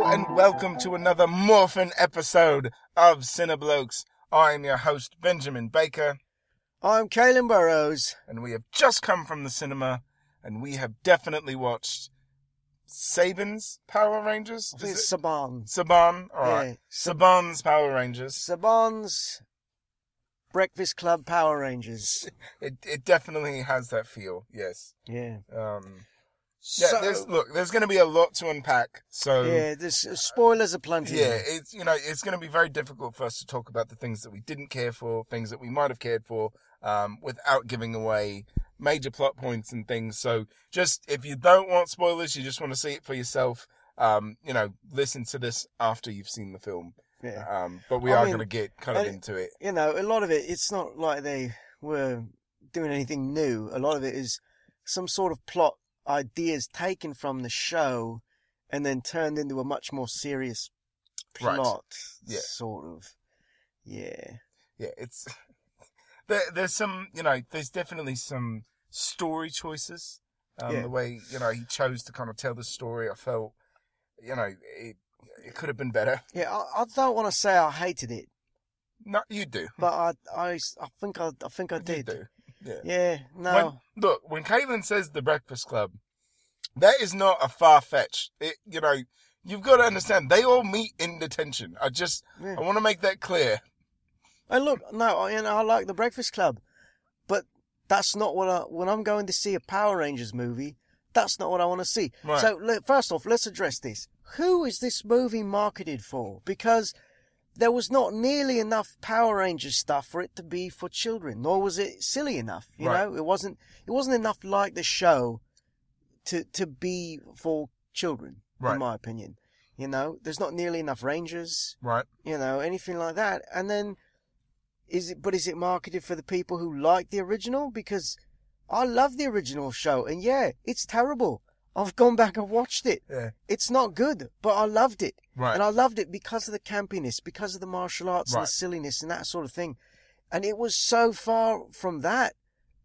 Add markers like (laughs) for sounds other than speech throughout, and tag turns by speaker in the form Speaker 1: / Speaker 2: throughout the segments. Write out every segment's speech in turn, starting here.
Speaker 1: welcome to another morphin episode of Cineblokes. I'm your host, Benjamin Baker,
Speaker 2: I'm Caelan Burrows.
Speaker 1: and we have just come from the cinema, and we have definitely watched Saban's Power Rangers?
Speaker 2: I think
Speaker 1: Is
Speaker 2: it's Saban.
Speaker 1: it? Saban? Alright.
Speaker 2: Yeah, Sab-
Speaker 1: Saban's Power Rangers.
Speaker 2: Saban's Breakfast Club Power Rangers. (laughs)
Speaker 1: It, it definitely has that feel, yes.
Speaker 2: Yeah.
Speaker 1: Um, yeah,
Speaker 2: So-
Speaker 1: there's, look, there's going to be a lot to unpack, so...
Speaker 2: yeah, there's uh, spoilers aplenty.
Speaker 1: Yeah, it's you know it's going to be very difficult for us to talk about the things that we didn't care for, things that we might have cared for, um, without giving away major plot points and things. So just if you don't want spoilers, you just want to see it for yourself. Um, you know, listen to this after you've seen the film.
Speaker 2: Yeah.
Speaker 1: Um, but we
Speaker 2: I
Speaker 1: are
Speaker 2: mean,
Speaker 1: going to get kind of
Speaker 2: and-
Speaker 1: into it.
Speaker 2: You know, a lot of it, it's not like they were doing anything new. A lot of it is some sort of plot ideas taken from the show and then turned into a much more serious
Speaker 1: Right.
Speaker 2: plot,
Speaker 1: Yeah.
Speaker 2: sort of. Yeah.
Speaker 1: Yeah, it's (laughs) there, there's some you know there's definitely some story choices. Um,
Speaker 2: Yeah.
Speaker 1: The way you know he chose to kind of tell the story, I felt you know it it could have been better.
Speaker 2: Yeah, I, I don't want to say I hated it.
Speaker 1: No, you do.
Speaker 2: but I, I, I think I, I think I
Speaker 1: You
Speaker 2: did.
Speaker 1: do. Yeah.
Speaker 2: Yeah, no,
Speaker 1: When, look, when Caitlin says the Breakfast Club, that is not a far fetch. It, you know, you've got to understand they all meet in detention. I just,
Speaker 2: Yeah.
Speaker 1: I want to make that clear.
Speaker 2: and look, no, I, you know, I like the Breakfast Club, but that's not what I when I'm going to see a Power Rangers movie. That's not what I want to see.
Speaker 1: Right.
Speaker 2: So look, first off, let's address this. Who is this movie marketed for? Because there was not nearly enough Power Rangers stuff for it to be for children, nor was it silly enough. You
Speaker 1: Right.
Speaker 2: know, it wasn't. It wasn't enough like the show to to be for children,
Speaker 1: Right.
Speaker 2: in my opinion. You know, there's not nearly enough Rangers.
Speaker 1: Right.
Speaker 2: you know, anything like that. And then is it but is it marketed for the people who like the original? Because I love the original show and yeah, it's terrible. I've gone back and watched it.
Speaker 1: Yeah.
Speaker 2: It's not good, but I loved it.
Speaker 1: Right.
Speaker 2: And I loved it because of the campiness, because of the martial arts and
Speaker 1: Right.
Speaker 2: the silliness and that sort of thing. And it was so far from that.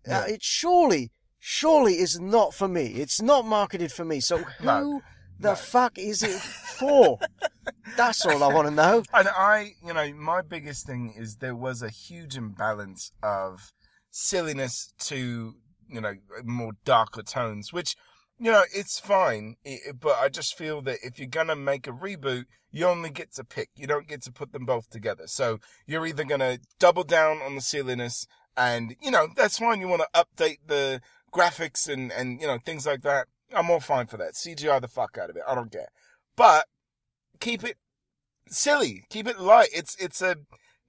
Speaker 1: Yeah.
Speaker 2: Uh, it surely, surely is not for me. It's not marketed for me. So who
Speaker 1: No.
Speaker 2: the
Speaker 1: No.
Speaker 2: fuck is it for?
Speaker 1: (laughs)
Speaker 2: That's all I want to know.
Speaker 1: And I, you know, my biggest thing is there was a huge imbalance of silliness to, you know, more darker tones, which, you know, it's fine. i i- but I just feel that if you're going to make a reboot, you only get to pick. You don't get to put them both together. So you're either going to double down on the silliness and, you know, that's fine. You want to update the graphics and, and, you know, things like that. I'm all fine for that. CGI the fuck out of it. I don't care. But keep it silly. Keep it light. It's it's a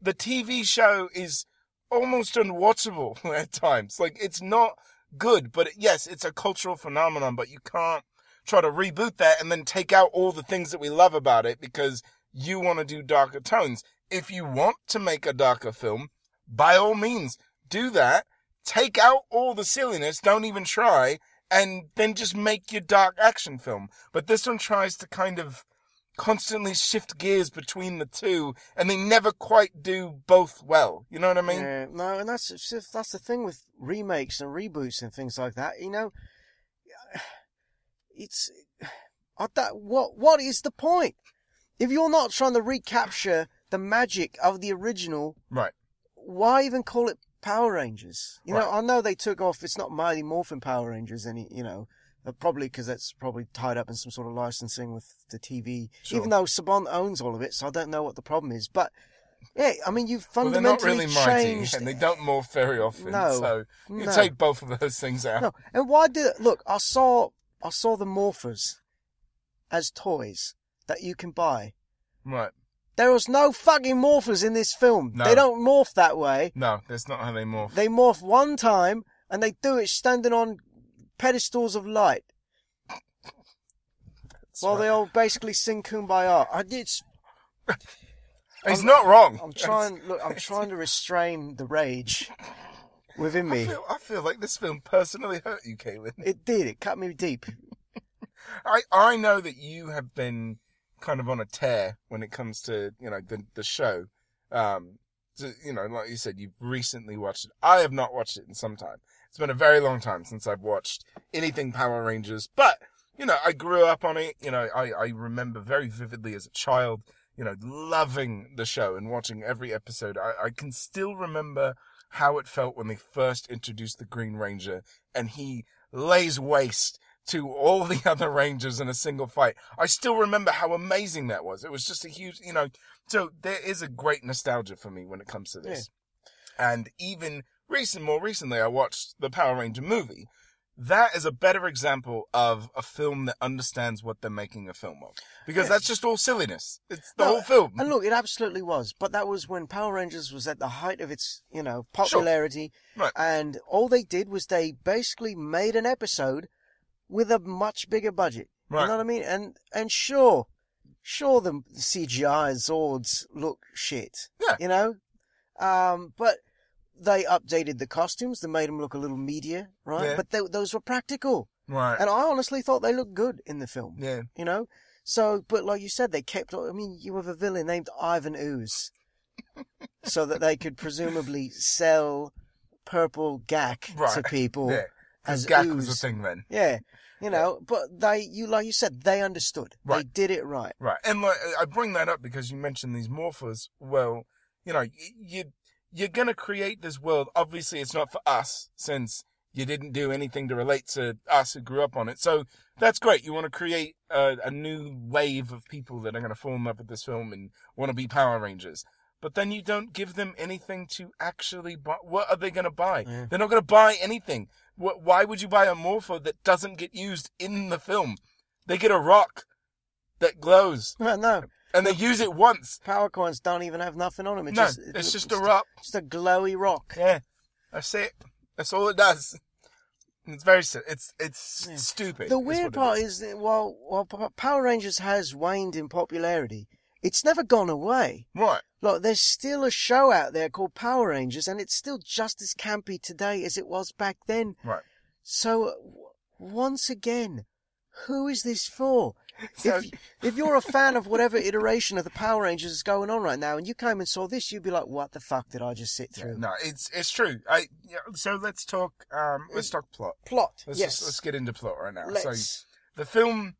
Speaker 1: the TV show is almost unwatchable (laughs) at times. Like it's not good, but it- yes, it's a cultural phenomenon. But you can't try to reboot that and then take out all the things that we love about it because you want to do darker tones. If you want to make a darker film, by all means, do that. Take out all the silliness. Don't even try. And then just make your dark action film. But this one tries to kind of constantly shift gears between the two, and they never quite do both well. You know what I mean?
Speaker 2: Yeah, no, and that's it's just- that's the thing with remakes and reboots and things like that. You know, (sighs) it's I don't, what what is the point if you're not trying to recapture the magic of the original?
Speaker 1: Right.
Speaker 2: Why even call it Power Rangers? You know,
Speaker 1: Right.
Speaker 2: I know they took off. It's not Mighty Morphin Power Rangers, any you know. uh, Probably because that's probably tied up in some sort of licensing with the TV.
Speaker 1: Sure.
Speaker 2: Even though Saban owns all of it, so I don't know what the problem is. But yeah, I mean, you've
Speaker 1: Well, they're not
Speaker 2: fundamentally
Speaker 1: really mighty,
Speaker 2: changed
Speaker 1: and they don't morph very often.
Speaker 2: No.
Speaker 1: So you
Speaker 2: No.
Speaker 1: take both of those things out.
Speaker 2: No, and why do look? I saw I saw the morphers as toys that you can buy.
Speaker 1: Right.
Speaker 2: There was no fucking morphers in this film.
Speaker 1: No.
Speaker 2: They don't morph that way.
Speaker 1: No, that's not how they morph.
Speaker 2: They morph one time, and they do it standing on pedestals of light
Speaker 1: That's
Speaker 2: while
Speaker 1: right.
Speaker 2: they all basically sing "Kumbaya." I did.
Speaker 1: (laughs) He's not wrong.
Speaker 2: I'm trying. Look, I'm trying to restrain the rage
Speaker 1: (laughs)
Speaker 2: within
Speaker 1: I
Speaker 2: me.
Speaker 1: feel, I feel like this film personally hurt you, Caitlin.
Speaker 2: It did. It cut me deep.
Speaker 1: I, I know that you have been kind of on a tear when it comes to you know the the show. Um, so, you know, like you said, you've recently watched it. I have not watched it in some time. It's been a very long time since I've watched anything Power Rangers, but you know, I grew up on it. You know, I, I remember very vividly as a child, you know, loving the show and watching every episode. I, I can still remember how it felt when they first introduced the Green Ranger and he lays waste to all the (laughs) other Rangers in a single fight. I still remember how amazing that was. It was just a huge, you know, so there is a great nostalgia for me when it comes to this. And even recent, more recently, I watched the Power Ranger movie. That is a better example of a film that understands what they're making a film of. Because
Speaker 2: Yeah.
Speaker 1: that's just all silliness. It's the
Speaker 2: No,
Speaker 1: whole film.
Speaker 2: And look, it absolutely was. But that was when Power Rangers was at the height of its, you know, popularity.
Speaker 1: Right.
Speaker 2: And all they did was they basically made an episode with a much bigger budget.
Speaker 1: Right.
Speaker 2: You know what I mean? And and sure, sure the CGI Zords look shit.
Speaker 1: Yeah.
Speaker 2: You know, um, but they updated the costumes. They made them look a little meatier, right?
Speaker 1: Yeah.
Speaker 2: But they, those were practical,
Speaker 1: right.
Speaker 2: and I honestly thought they looked good in the film
Speaker 1: yeah.
Speaker 2: you know. So, but like you said, they kept. I mean, you have a villain named Ivan
Speaker 1: (laughs)
Speaker 2: Ooze, so that they could presumably sell purple gack to
Speaker 1: Right.
Speaker 2: people
Speaker 1: Yeah. 'Cause
Speaker 2: as
Speaker 1: Gak
Speaker 2: ooze.
Speaker 1: was a thing then.
Speaker 2: Yeah, you know. But they, you like you said, they understood. They
Speaker 1: Right.
Speaker 2: did it right.
Speaker 1: Right. And like, I bring that up because you mentioned these morphers. Well, you know, y- you, you're going to create this world. Obviously, it's not for us since you didn't do anything to relate to us who grew up on it. So that's great. You want to create a, a new wave of people that are going to form up at this film and want to be Power Rangers. But then you don't give them anything to actually buy. What are they going to buy?
Speaker 2: Yeah.
Speaker 1: They're not going to buy anything. Wh- Why would you buy a morpho that doesn't get used in the film? They get a rock that glows
Speaker 2: Well, no,
Speaker 1: and they use it once.
Speaker 2: power coins don't even have nothing on them. It
Speaker 1: no,
Speaker 2: just, it
Speaker 1: it's just a
Speaker 2: looks-
Speaker 1: rock.
Speaker 2: Just a glowy rock.
Speaker 1: Yeah, that's it. That's all it does. It's very. si- It's it's
Speaker 2: Yeah.
Speaker 1: stupid.
Speaker 2: The
Speaker 1: is
Speaker 2: weird
Speaker 1: what it
Speaker 2: part is that while while P- Power Rangers has waned in popularity, it's never gone away.
Speaker 1: Right.
Speaker 2: Look, there's still a show out there called Power Rangers, and it's still just as campy today as it was back then.
Speaker 1: Right.
Speaker 2: So, w- once again, who is this for?
Speaker 1: So-
Speaker 2: if, if you're a fan of whatever iteration of the Power Rangers is going on right now, and you came and saw this, you'd be like, "What the fuck did I just sit
Speaker 1: Yeah,
Speaker 2: through?"
Speaker 1: no, it's it's true. I yeah, so let's talk. Um, let's talk plot.
Speaker 2: Plot.
Speaker 1: Let's
Speaker 2: yes.
Speaker 1: just, let's get into plot right now. So
Speaker 2: Let's-
Speaker 1: the film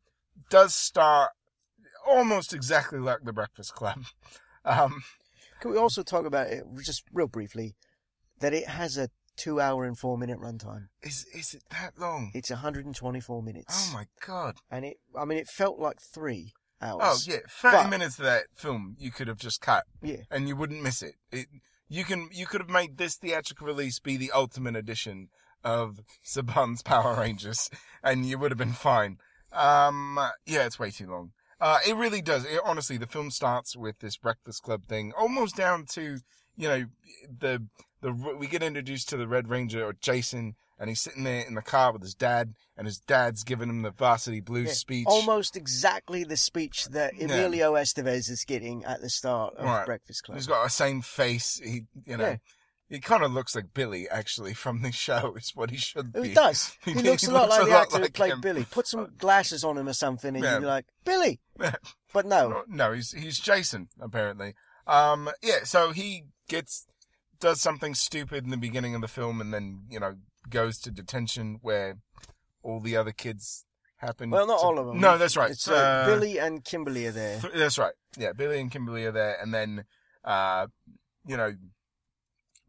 Speaker 1: does start almost exactly like The Breakfast Club. (laughs) Um,
Speaker 2: Can we also talk about it just real briefly? That it has a two-hour and four-minute runtime.
Speaker 1: is is it that long?
Speaker 2: It's 124 minutes,
Speaker 1: Oh my god!
Speaker 2: and it—I mean, it felt like three hours.
Speaker 1: Oh yeah, thirty
Speaker 2: But-
Speaker 1: minutes of that film you could have just cut.
Speaker 2: Yeah.
Speaker 1: and you wouldn't miss it. it you can you could have made this theatrical release be the ultimate edition of (laughs) Saban's Power Rangers, and you would have been fine. Um, yeah, it's way too long. Uh, it really does. It, honestly, the film starts with this Breakfast Club thing, almost down to you know the the we get introduced to the Red Ranger or Jason, and he's sitting there in the car with his dad, and his dad's giving him the Varsity Blues
Speaker 2: Yeah,
Speaker 1: speech.
Speaker 2: Almost exactly the speech that
Speaker 1: Yeah.
Speaker 2: Emilio Estevez is getting at the start of
Speaker 1: Right.
Speaker 2: Breakfast Club.
Speaker 1: He's got the same face. He, you know,
Speaker 2: Yeah.
Speaker 1: he kind of looks like Billy actually from the show. (laughs) Is what he should
Speaker 2: Who
Speaker 1: be. (laughs)
Speaker 2: does? He, looks a lot like the actor who
Speaker 1: like
Speaker 2: played
Speaker 1: him. Uh,
Speaker 2: Billy. Put some glasses on him or something, and
Speaker 1: Yeah.
Speaker 2: you'd be like, Billy.
Speaker 1: (laughs) Yeah.
Speaker 2: But no,
Speaker 1: No, no, he's he's Jason apparently. Um, yeah. So he gets does something stupid in the beginning of the film, and then you know goes to detention where all the other kids happen.
Speaker 2: well, not
Speaker 1: to-
Speaker 2: all of them.
Speaker 1: No, that's right.
Speaker 2: It's uh,
Speaker 1: Uh,
Speaker 2: Billy and Kimberly are there.
Speaker 1: Th- That's right. Yeah, Billy and Kimberly are there, and then, uh, you know,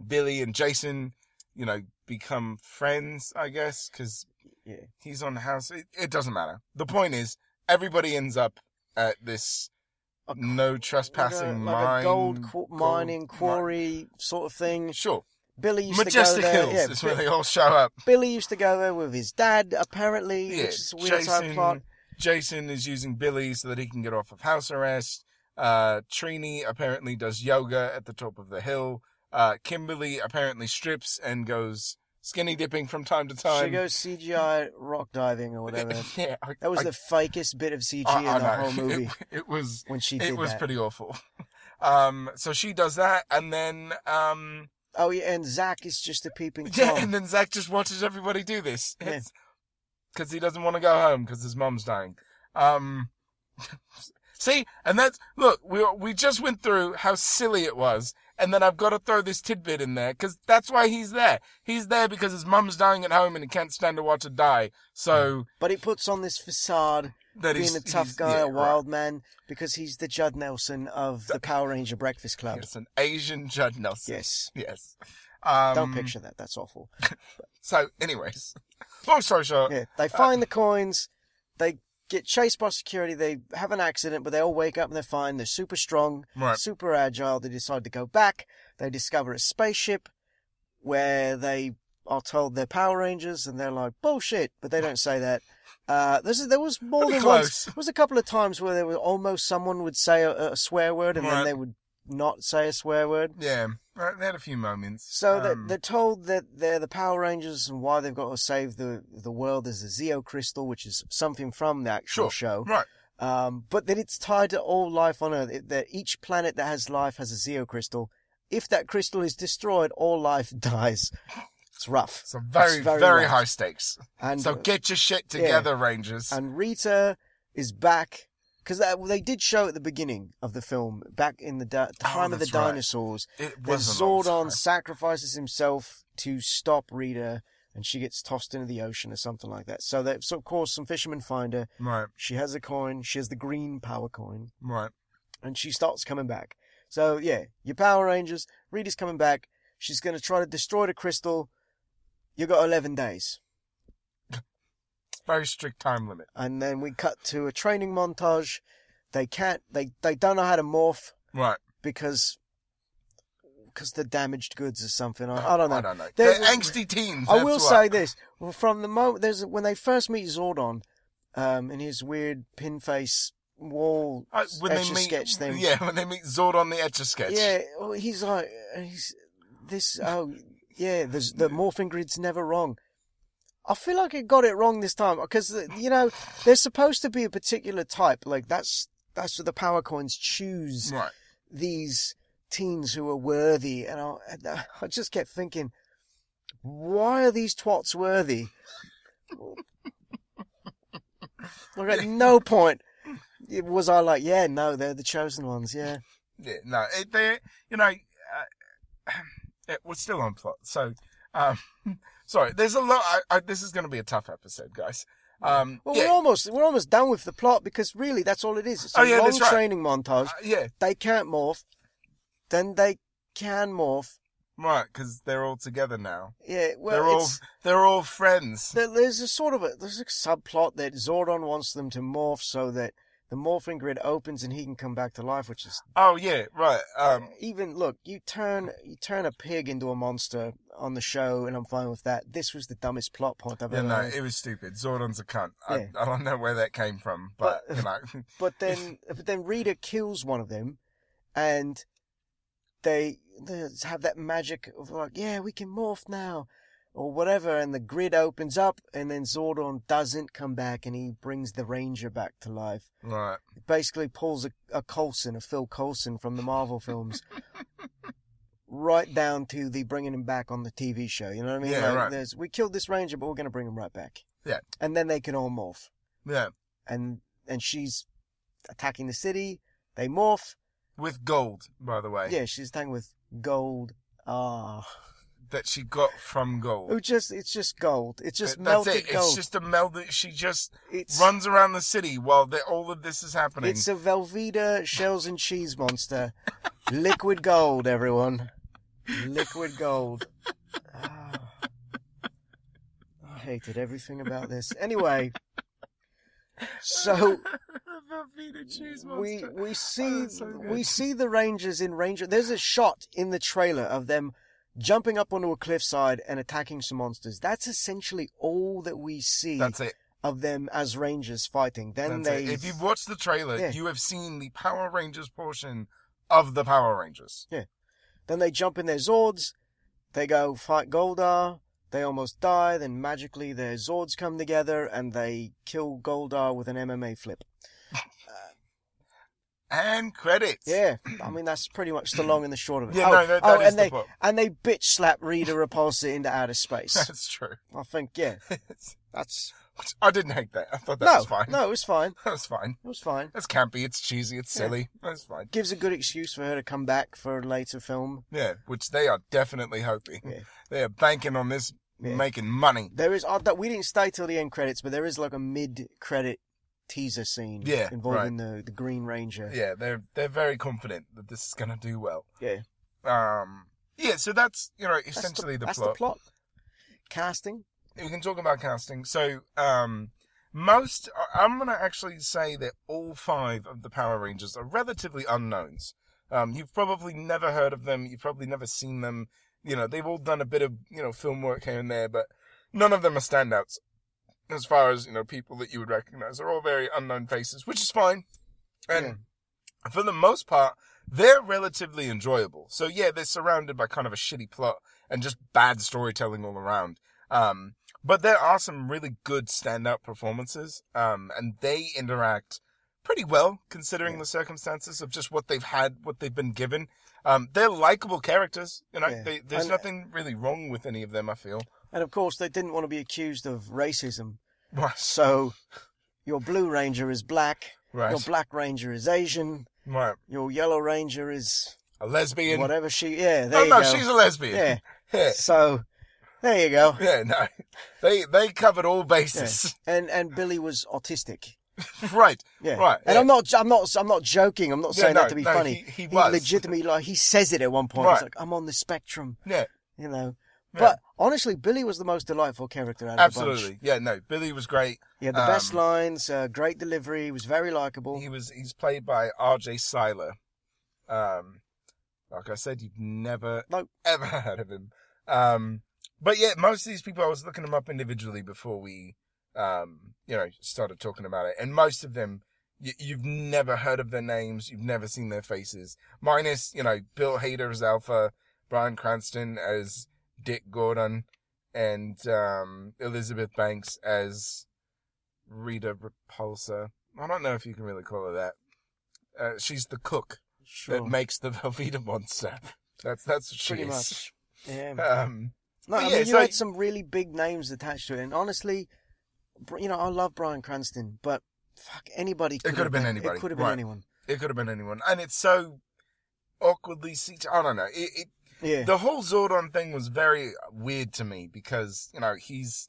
Speaker 1: Billy and Jason, you know, become friends, I guess, because
Speaker 2: Yeah.
Speaker 1: he's on the house. It, it doesn't matter. The point is, everybody ends up at this
Speaker 2: A qu-
Speaker 1: no
Speaker 2: like a,
Speaker 1: trespassing
Speaker 2: like
Speaker 1: mine,
Speaker 2: a gold qu-
Speaker 1: gold
Speaker 2: mining
Speaker 1: mi-
Speaker 2: quarry sort of thing.
Speaker 1: Sure,
Speaker 2: Billy used
Speaker 1: Majestic
Speaker 2: to go there.
Speaker 1: Hills
Speaker 2: yeah,
Speaker 1: is
Speaker 2: Bi-
Speaker 1: where they all show up.
Speaker 2: Billy used to go there with his dad, apparently,
Speaker 1: Yeah,
Speaker 2: which is a weird side
Speaker 1: Jason-
Speaker 2: plot.
Speaker 1: Jason is using Billy so that he can get off of house arrest. Uh, Trini apparently does yoga at the top of the hill. Uh, Kimberly apparently strips and goes skinny dipping from time to time.
Speaker 2: She goes CGI rock diving or whatever.
Speaker 1: (laughs)
Speaker 2: (laughs)
Speaker 1: yeah, I,
Speaker 2: That was
Speaker 1: I-
Speaker 2: the fakest bit of CG
Speaker 1: I-
Speaker 2: in
Speaker 1: I
Speaker 2: the
Speaker 1: know.
Speaker 2: whole movie
Speaker 1: (laughs) It, it was
Speaker 2: when she did
Speaker 1: it was
Speaker 2: that.
Speaker 1: pretty awful. (laughs) Um, so she does that, and then um,
Speaker 2: Oh yeah, and Zach is just a peeping
Speaker 1: (laughs) yeah,
Speaker 2: tom.
Speaker 1: and then Zach just watches everybody do this
Speaker 2: Yeah.
Speaker 1: because he doesn't want to go home because his mom's dying. Um, (laughs) see, and that's look, we we just went through how silly it was, And then I've got to throw this tidbit in there because that's why he's there. He's there because his mum's dying at home and he can't stand to watch her die. So
Speaker 2: But he puts on this facade
Speaker 1: that
Speaker 2: being
Speaker 1: he's
Speaker 2: a tough
Speaker 1: he's-
Speaker 2: guy,
Speaker 1: yeah,
Speaker 2: a
Speaker 1: right.
Speaker 2: wild man, because he's the Judd Nelson of the Power Ranger Breakfast Club.
Speaker 1: Yes, an Asian Judd Nelson.
Speaker 2: Yes.
Speaker 1: Yes. Um,
Speaker 2: Don't picture that. That's awful.
Speaker 1: So, anyways, (laughs) Oh, long story short,
Speaker 2: Yeah. They find the coins. They get chased by security. They have an accident, but they all wake up and they're fine. They're super strong,
Speaker 1: Right.
Speaker 2: super agile. They decide to go back. They discover a spaceship where they are told they're Power Rangers and they're like, bullshit, but they don't say that. Uh, this is, there was more
Speaker 1: Pretty
Speaker 2: than once.
Speaker 1: close.
Speaker 2: There was a couple of times where there was almost someone would say a, a swear word and
Speaker 1: Right.
Speaker 2: then they would not say a swear word.
Speaker 1: yeah, right, they had a few moments.
Speaker 2: So they-
Speaker 1: Um,
Speaker 2: they're told that they're the Power Rangers and why they've got to save the, the world is the Zeo Crystal, which is something from the actual
Speaker 1: Sure.
Speaker 2: show.
Speaker 1: right,
Speaker 2: Um, but that it's tied to all life on Earth. It, that each planet that has life has a Zeo Crystal. If that crystal is destroyed, all life (laughs) dies. It's rough.
Speaker 1: so very,
Speaker 2: It's very
Speaker 1: very,
Speaker 2: rough.
Speaker 1: high stakes.
Speaker 2: And
Speaker 1: so get your shit together, Rangers.
Speaker 2: and Rita is back because they did show at the beginning of the film, back in the di- time of the
Speaker 1: Oh, that's right.
Speaker 2: dinosaurs,
Speaker 1: it
Speaker 2: The
Speaker 1: was a long
Speaker 2: Zordon
Speaker 1: time.
Speaker 2: sacrifices himself to stop Rita, and she gets tossed into the ocean or something like that. So that, so of course, some fishermen find her.
Speaker 1: Right,
Speaker 2: She has a coin. She has the green power coin,
Speaker 1: right.
Speaker 2: and she starts coming back. So yeah, your Power Rangers. Rita's coming back. She's gonna try to destroy the crystal. You got eleven days,
Speaker 1: Very strict time limit.
Speaker 2: and then we cut to a training montage. They can't. They they don't know how to morph
Speaker 1: Right.
Speaker 2: because because the damaged goods or something. I, I don't know.
Speaker 1: I don't know.
Speaker 2: There-
Speaker 1: They're, angsty teens.
Speaker 2: I
Speaker 1: that's
Speaker 2: will
Speaker 1: what.
Speaker 2: say this: well, from the moment there's when they first meet Zordon, um, in his weird pin face wall
Speaker 1: I- Uh, when they
Speaker 2: etch a
Speaker 1: meet,
Speaker 2: sketch thing,
Speaker 1: yeah, when they meet Zordon the Etch a Sketch.
Speaker 2: yeah, well, he's like, uh, he's this. Oh, yeah, there's, the morphing grid's never wrong. I feel like it got it wrong this time because you know they're supposed to be a particular type. Like that's that's what the power coins choose
Speaker 1: Right.
Speaker 2: these teens who are worthy, and I, and I- I just kept thinking, why are these twats worthy? like at no point was I like, yeah, no, they're the chosen ones, yeah,
Speaker 1: Yeah, no, it, they, you know, uh, it, we're still on plot. So, um, (laughs) sorry, there's a lot. I, I, this is going to be a tough episode, guys. Um,
Speaker 2: Well,
Speaker 1: yeah,
Speaker 2: we're almost we're almost done with the plot because really that's all it is. It's a
Speaker 1: Oh, yeah,
Speaker 2: long
Speaker 1: that's right.
Speaker 2: training montage.
Speaker 1: uh, yeah,
Speaker 2: They can't morph, then they can morph.
Speaker 1: right, because they're all together now.
Speaker 2: Yeah, well,
Speaker 1: they're all
Speaker 2: it's,
Speaker 1: they're all friends.
Speaker 2: There, there's a sort of a there's a subplot that Zordon wants them to morph so that the morphing grid opens and he can come back to life, which is
Speaker 1: Oh yeah, right. Um,
Speaker 2: even look you turn you turn a pig into a monster on the show, and I'm fine with that. This was the dumbest plot point I've
Speaker 1: yeah,
Speaker 2: ever
Speaker 1: no,
Speaker 2: heard.
Speaker 1: it was stupid. Zordon's a cunt.
Speaker 2: Yeah.
Speaker 1: I, I don't know where that came from, but,
Speaker 2: But-
Speaker 1: you know, (laughs)
Speaker 2: But then but then Rita kills one of them, and they, they have that magic of like yeah we can morph now. Or whatever, and the grid opens up, and then Zordon doesn't come back, and he brings the Ranger back to life.
Speaker 1: (laughs) right.
Speaker 2: basically pulls a, a Coulson, a Phil Coulson from the Marvel films,
Speaker 1: (laughs)
Speaker 2: right down to the bringing him back on the TV show. You know what I mean?
Speaker 1: Yeah,
Speaker 2: Like,
Speaker 1: right.
Speaker 2: there's, we killed this Ranger, but we're going to bring him right back.
Speaker 1: Yeah.
Speaker 2: And then they can all morph.
Speaker 1: Yeah,
Speaker 2: And and she's attacking the city. They morph.
Speaker 1: with gold, by the way,
Speaker 2: Yeah, she's attacking with gold. Ah,
Speaker 1: that she got from gold.
Speaker 2: oh, just it's just gold. It's just
Speaker 1: That- That's
Speaker 2: melted
Speaker 1: it.
Speaker 2: gold.
Speaker 1: It's just a melt that she just
Speaker 2: It's-
Speaker 1: runs around the city while the, all of this is happening. (laughs)
Speaker 2: It's a Velveeta shells and cheese monster. (laughs) Liquid gold, everyone. Liquid gold. Ah. I hated everything about this. Anyway, so
Speaker 1: Velveeta cheese
Speaker 2: we
Speaker 1: monster. (laughs)
Speaker 2: we see
Speaker 1: that's so good.
Speaker 2: we see the Rangers in Ranger. There's a shot in the trailer of them jumping up onto a cliffside and attacking some monsters. That's essentially all that we see
Speaker 1: That's it.
Speaker 2: of them as Rangers fighting. Then
Speaker 1: That's
Speaker 2: they
Speaker 1: it. If you've watched the trailer,
Speaker 2: Yeah.
Speaker 1: you have seen the Power Rangers portion of the Power Rangers.
Speaker 2: Then they jump in their Zords. They go fight Goldar. They almost die. Then magically their Zords come together and they kill Goldar with an MMA flip.
Speaker 1: And credits.
Speaker 2: Yeah, I mean that's pretty much the long and the short of it.
Speaker 1: Yeah, no, that- that
Speaker 2: oh,
Speaker 1: is
Speaker 2: and
Speaker 1: the
Speaker 2: they (laughs)
Speaker 1: plot.
Speaker 2: and
Speaker 1: (laughs)
Speaker 2: they bitch slap Rita Repulsa into outer space.
Speaker 1: That's true.
Speaker 2: I think yeah,
Speaker 1: It's-
Speaker 2: that's
Speaker 1: Which I didn't hate that. I thought that
Speaker 2: no,
Speaker 1: was fine.
Speaker 2: no, it was fine.
Speaker 1: (laughs) That was fine.
Speaker 2: It was fine.
Speaker 1: That's campy. It's cheesy. It's
Speaker 2: Yeah.
Speaker 1: silly. That's fine.
Speaker 2: Gives a good excuse for her to come back for a later film.
Speaker 1: Yeah, which they are definitely hoping.
Speaker 2: Yeah.
Speaker 1: They are banking on this
Speaker 2: Yeah.
Speaker 1: making money.
Speaker 2: There is odd that we didn't stay till the end credits, but there is like a mid-credit teaser scene
Speaker 1: Yeah,
Speaker 2: involving the the Green Ranger.
Speaker 1: Yeah, they're they're very confident that this is gonna do well.
Speaker 2: Yeah.
Speaker 1: Um. Yeah. So that's you know
Speaker 2: That's the-
Speaker 1: essentially
Speaker 2: that's
Speaker 1: the plot.
Speaker 2: the plot. Casting.
Speaker 1: we can talk about casting. So, um, most, I- I'm going to actually say that all five of the Power Rangers are relatively unknowns. Um, you've probably never heard of them. You've probably never seen them. You know, they've all done a bit of, you know, film work here and there, but none of them are standouts as far as, you know, people that you would recognize. They're all very unknown faces, which is fine. And
Speaker 2: Yeah.
Speaker 1: for the most part, they're relatively enjoyable. So yeah, they're surrounded by kind of a shitty plot and just bad storytelling all around. Um, but there are some really good standout performances, um, and they interact pretty well considering
Speaker 2: Yeah.
Speaker 1: the circumstances of just what they've had, what they've been given. Um, they're likable characters, you know.
Speaker 2: Yeah.
Speaker 1: They, there's
Speaker 2: And-
Speaker 1: nothing really wrong with any of them. I feel. (laughs)
Speaker 2: And of course, they didn't want to be accused of racism.
Speaker 1: Right.
Speaker 2: So, your Blue Ranger is black. Your
Speaker 1: Right.
Speaker 2: Black Ranger is Asian.
Speaker 1: right.
Speaker 2: Your Yellow Ranger is
Speaker 1: A lesbian.
Speaker 2: whatever she. Yeah, there
Speaker 1: oh
Speaker 2: you
Speaker 1: no,
Speaker 2: go.
Speaker 1: she's a lesbian.
Speaker 2: yeah.
Speaker 1: (laughs) Yeah.
Speaker 2: So, there you go.
Speaker 1: Yeah, no. They they covered all bases.
Speaker 2: And and Billy was autistic.
Speaker 1: (laughs) right.
Speaker 2: Yeah.
Speaker 1: Right,
Speaker 2: And
Speaker 1: yeah.
Speaker 2: I'm not. I'm not. I'm not joking. I'm not
Speaker 1: Yeah,
Speaker 2: saying
Speaker 1: no,
Speaker 2: that to be
Speaker 1: no,
Speaker 2: funny.
Speaker 1: he- he was.
Speaker 2: legitimately like he says it at one point.
Speaker 1: Right.
Speaker 2: It's like I'm on the spectrum.
Speaker 1: Yeah.
Speaker 2: You know.
Speaker 1: Yeah.
Speaker 2: But honestly, Billy was the most delightful character out of the bunch.
Speaker 1: Absolutely. Yeah, no. Billy was great.
Speaker 2: He had the best
Speaker 1: Um,
Speaker 2: lines, uh, great delivery. He was very likable.
Speaker 1: He was he's played by RJ Seiler. Um like I said, you've never
Speaker 2: No.
Speaker 1: ever heard of him. Um but yeah, most of these people I was looking them up individually before we um you know started talking about it. And most of them you, you've never heard of their names, you've never seen their faces. Minus, you know, Bill Hader as Alpha, Brian Cranston as Dick Gordon, and um Elizabeth Banks as Rita Repulsa. I don't know if you can really call her that. Uh, she's the cook
Speaker 2: Sure.
Speaker 1: that makes the (laughs) Velveeta monster. That's that's what she is.
Speaker 2: Pretty much. Yeah.
Speaker 1: (laughs) Um,
Speaker 2: No,
Speaker 1: But
Speaker 2: I
Speaker 1: yeah,
Speaker 2: mean, you
Speaker 1: so-
Speaker 2: had some really big names attached to it, and honestly, br- you know, I love Brian Cranston, but fuck, anybody. Could
Speaker 1: could have been anybody,
Speaker 2: It could have been
Speaker 1: right.
Speaker 2: anyone.
Speaker 1: it could have been anyone, and it's so awkwardly seated. I don't know. It, it
Speaker 2: Yeah.
Speaker 1: the whole Zordon thing was very weird to me because you know he's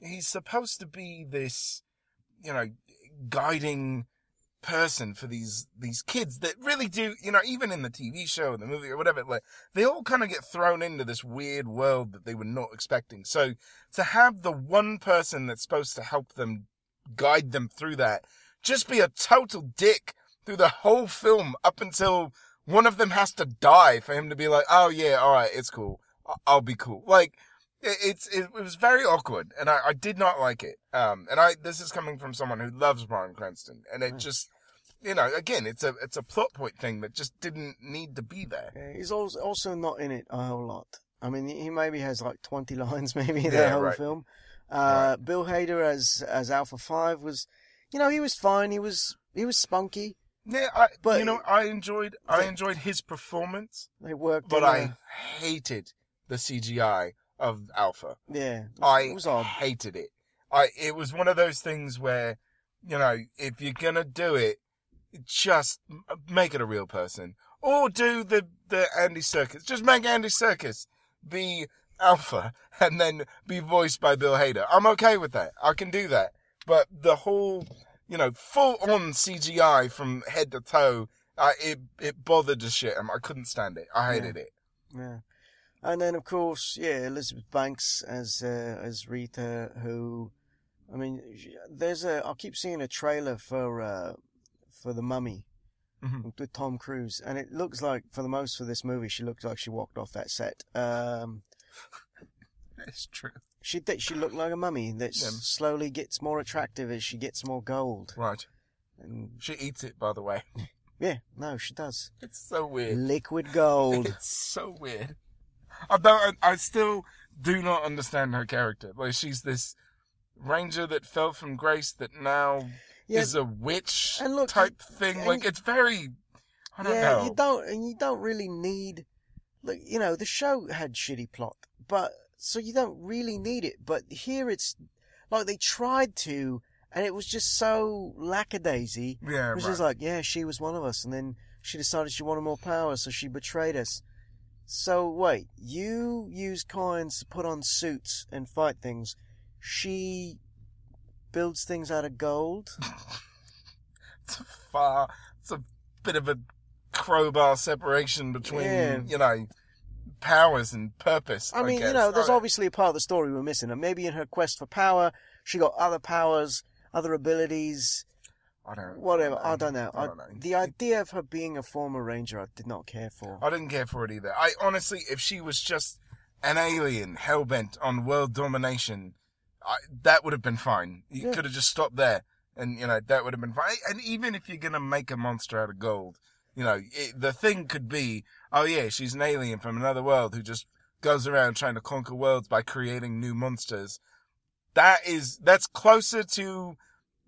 Speaker 1: he's supposed to be this you know guiding person for these these kids that really do you know even in the TV show and the movie or whatever like they all kind of get thrown into this weird world that they were not expecting so to have the one person that's supposed to help them guide them through that just be a total dick through the whole film up until one of them has to die for him to be like, oh yeah, all right, it's cool. I- I'll be cool. Like, it- it's, it, it was very awkward and I, I did not like it. Um, and I, this is coming from someone who loves Brian Cranston and it
Speaker 2: Mm.
Speaker 1: just, you know, again, it's a, it's a plot point thing that just didn't need to be there.
Speaker 2: Yeah, He's also also not in it a whole lot. I mean, he maybe has like twenty (laughs) lines, maybe in
Speaker 1: Yeah,
Speaker 2: the whole
Speaker 1: right.
Speaker 2: film. Uh, Bill Hader as as Alpha Five was, you know, he was fine. He was he was spunky.
Speaker 1: Yeah. I,
Speaker 2: But-
Speaker 1: you know, I enjoyed, I
Speaker 2: Yeah.
Speaker 1: enjoyed his performance,
Speaker 2: They worked.
Speaker 1: but
Speaker 2: in
Speaker 1: I
Speaker 2: a-
Speaker 1: hated the CGI of Alpha.
Speaker 2: yeah,
Speaker 1: I
Speaker 2: it was odd.
Speaker 1: hated it. I it was one of those things where, you know, if you're gonna do it, just m- make it a real person, or do the the Andy Circus. Just make Andy Circus be Alpha, (laughs) and then be voiced by Bill Hader. I'm okay with that. I can do that. But the whole, you know, full on CGI from head to toe, I it it bothered the shit. out of me. I couldn't stand it. I hated it.
Speaker 2: Yeah. And then, of course, yeah, Elizabeth Banks as uh, as Rita, who, I mean, she- there's a. I keep seeing a trailer for uh, for the Mummy
Speaker 1: Mhm.
Speaker 2: with Tom Cruise, and it looks like, for the most of this movie, she looked like she walked off that set. Um,
Speaker 1: It's true.
Speaker 2: she did. She looked like a mummy that s-
Speaker 1: Yeah.
Speaker 2: slowly gets more attractive as she gets more gold.
Speaker 1: Right.
Speaker 2: And
Speaker 1: She eats it, by the way. (laughs)
Speaker 2: yeah, no, she does.
Speaker 1: It's so weird. (laughs)
Speaker 2: Liquid gold.
Speaker 1: It's so weird. I don't. I I still do not understand her character. Like she's this ranger that fell from grace that now
Speaker 2: Yeah,
Speaker 1: is a witch
Speaker 2: And look,
Speaker 1: type thing.
Speaker 2: and-
Speaker 1: like it's very. I don't
Speaker 2: yeah,
Speaker 1: know.
Speaker 2: you don't, and you don't really need, like, you know, the show had shitty plot, but so you don't really need it. But here it's Like they tried to, and it was just so lackadaisy.
Speaker 1: Yeah,
Speaker 2: It was
Speaker 1: right.
Speaker 2: just like, yeah, she was one of us, and then she decided she wanted more power, so she betrayed us. So wait, you use coins to put on suits and fight things. She builds things out of gold.
Speaker 1: it's a far, it's a bit of a crowbar separation between
Speaker 2: Yeah.
Speaker 1: you know powers and purpose.
Speaker 2: I mean,
Speaker 1: guess.
Speaker 2: you know, there's
Speaker 1: I-
Speaker 2: obviously a part of the story we're missing, and maybe in her quest for power, she got other powers, other abilities,
Speaker 1: I don't,
Speaker 2: whatever. I don't know.
Speaker 1: I
Speaker 2: I
Speaker 1: don't know.
Speaker 2: the idea of her being a former ranger, I did not care for.
Speaker 1: I didn't care for it either. I honestly, if she was just an alien hell bent on world domination, I, that would have been fine. You
Speaker 2: Yeah.
Speaker 1: could have just stopped there, and you know that would have been fine. And even if you're gonna make a monster out of gold, you know it, the thing could be, oh yeah, she's an alien from another world who just goes around trying to conquer worlds by creating new monsters. That is that's closer to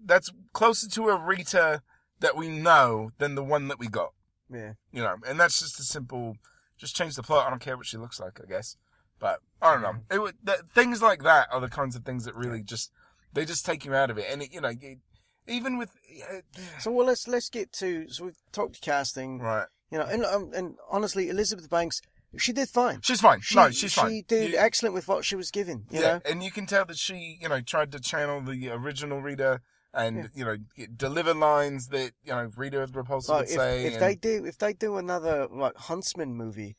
Speaker 1: that's closer to a Rita that we know than the one that we got
Speaker 2: Yeah.
Speaker 1: you know, and that's just a simple, just change the plot. I don't care what she looks like, I guess. But I don't know.
Speaker 2: Mm-hmm.
Speaker 1: It would, th- things like that are the kinds of things that really just they just take you out of it. And it, you know, it, even with (sighs)
Speaker 2: So well, let's let's get to. So we've talked casting,
Speaker 1: right,
Speaker 2: you know, and um, and honestly, Elizabeth Banks, she did fine.
Speaker 1: she's fine.
Speaker 2: She,
Speaker 1: no, she's
Speaker 2: she
Speaker 1: fine.
Speaker 2: did
Speaker 1: You-
Speaker 2: excellent with what she was given. You know,
Speaker 1: and you can tell that she, you know, tried to channel the original Rita and
Speaker 2: Yeah.
Speaker 1: you know get- deliver lines that you know Rita Repulsa
Speaker 2: like
Speaker 1: would
Speaker 2: if,
Speaker 1: say.
Speaker 2: if
Speaker 1: and-
Speaker 2: they do if they do another like Huntsman movie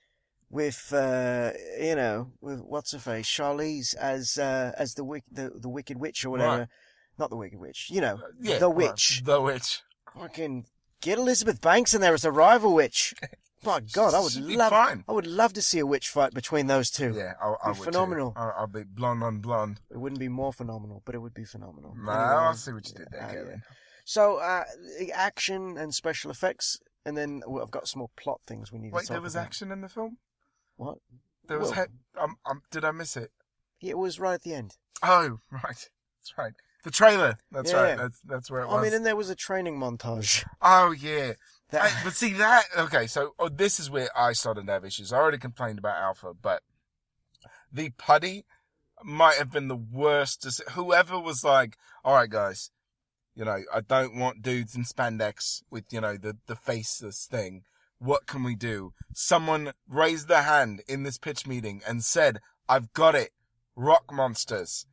Speaker 2: with uh you know with what's her face Charlize as uh as the wick the, the Wicked Witch or whatever,
Speaker 1: Right.
Speaker 2: not the Wicked Witch, you know,
Speaker 1: uh, yeah,
Speaker 2: the
Speaker 1: right.
Speaker 2: witch.
Speaker 1: the witch.
Speaker 2: Fucking get Elizabeth Banks in there as a rival witch.
Speaker 1: (laughs)
Speaker 2: My God, I would
Speaker 1: She'd be
Speaker 2: love
Speaker 1: fine.
Speaker 2: I would love to see a witch fight between those two.
Speaker 1: Yeah, I, I would
Speaker 2: Be
Speaker 1: too.
Speaker 2: phenomenal.
Speaker 1: I, I'll be blonde on blonde.
Speaker 2: It wouldn't be more phenomenal, but it would be phenomenal.
Speaker 1: No,
Speaker 2: Anyway,
Speaker 1: I see what you did there,
Speaker 2: uh,
Speaker 1: Kevin.
Speaker 2: yeah. So uh, the action and special effects, and then well, I've got some more plot things we need to
Speaker 1: Wait,
Speaker 2: talk
Speaker 1: there was
Speaker 2: about.
Speaker 1: action in the film.
Speaker 2: What?
Speaker 1: There was.
Speaker 2: Well-
Speaker 1: he- um, um, did I miss it?
Speaker 2: It was right at the end.
Speaker 1: Oh, (laughs) right. That's right. The trailer. That's
Speaker 2: Yeah.
Speaker 1: right. That's that's where it was.
Speaker 2: I mean, and there was a training montage. (laughs)
Speaker 1: oh yeah.
Speaker 2: That,
Speaker 1: I- but see that. Okay, so oh, this is where I started to have issues. I already complained about Alpha, but the putty might have been the worst. deci- Whoever was like, "All right, guys, you know, I don't want dudes in spandex with you know the the faceless thing. What can we do?" Someone raised their hand in this pitch meeting and said, "I've got it. Rock monsters.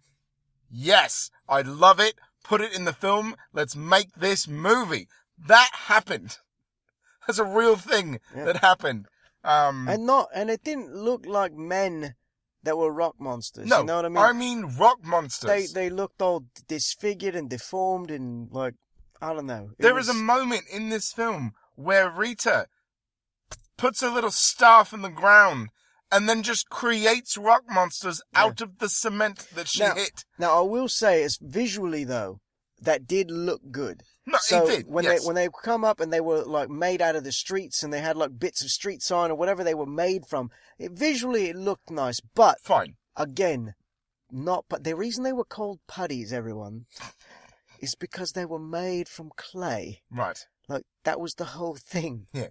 Speaker 1: Yes, I love it. Put it in the film. Let's make this movie." That happened. (laughs) That's a real thing
Speaker 2: Yeah.
Speaker 1: that happened. Um,
Speaker 2: and not, and it didn't look like men that were rock monsters.
Speaker 1: no,
Speaker 2: you know what I mean?
Speaker 1: rock
Speaker 2: they
Speaker 1: monsters.
Speaker 2: they looked all disfigured and deformed and like I don't know. It
Speaker 1: there
Speaker 2: was,
Speaker 1: is a moment in this film where Rita puts a little staff in the ground and then just creates rock monsters
Speaker 2: Yeah.
Speaker 1: out of the cement that she
Speaker 2: Now-
Speaker 1: hit.
Speaker 2: now I will say, it's visually though that did look good.
Speaker 1: No,
Speaker 2: so
Speaker 1: it did.
Speaker 2: when
Speaker 1: yes.
Speaker 2: they when they come up and they were like made out of the streets and they had like bits of street sign or whatever they were made from, it visually it looked nice, but
Speaker 1: Fine.
Speaker 2: again, not but the reason they were called putties, everyone, is because they were made from clay.
Speaker 1: Right.
Speaker 2: Like that was the whole thing.
Speaker 1: Yeah.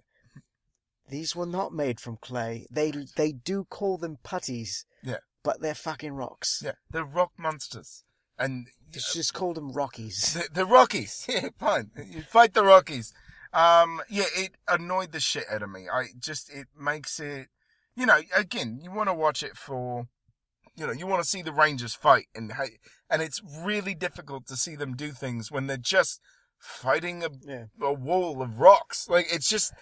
Speaker 2: These were not made from clay. They they do call them putties.
Speaker 1: Yeah.
Speaker 2: But they're fucking rocks.
Speaker 1: Yeah. They're rock monsters. And
Speaker 2: Just, just call them rockies.
Speaker 1: (laughs) The, the Rockies. (laughs) Yeah, fine. You fight the Rockies. Um, yeah, it annoyed the shit out of me. I just, it makes it, you know, again, you want to watch it for, you know, you want to see the Rangers fight and how, and it's really difficult to see them do things when they're just fighting a,
Speaker 2: Yeah.
Speaker 1: a wall of rocks. Like, it's just,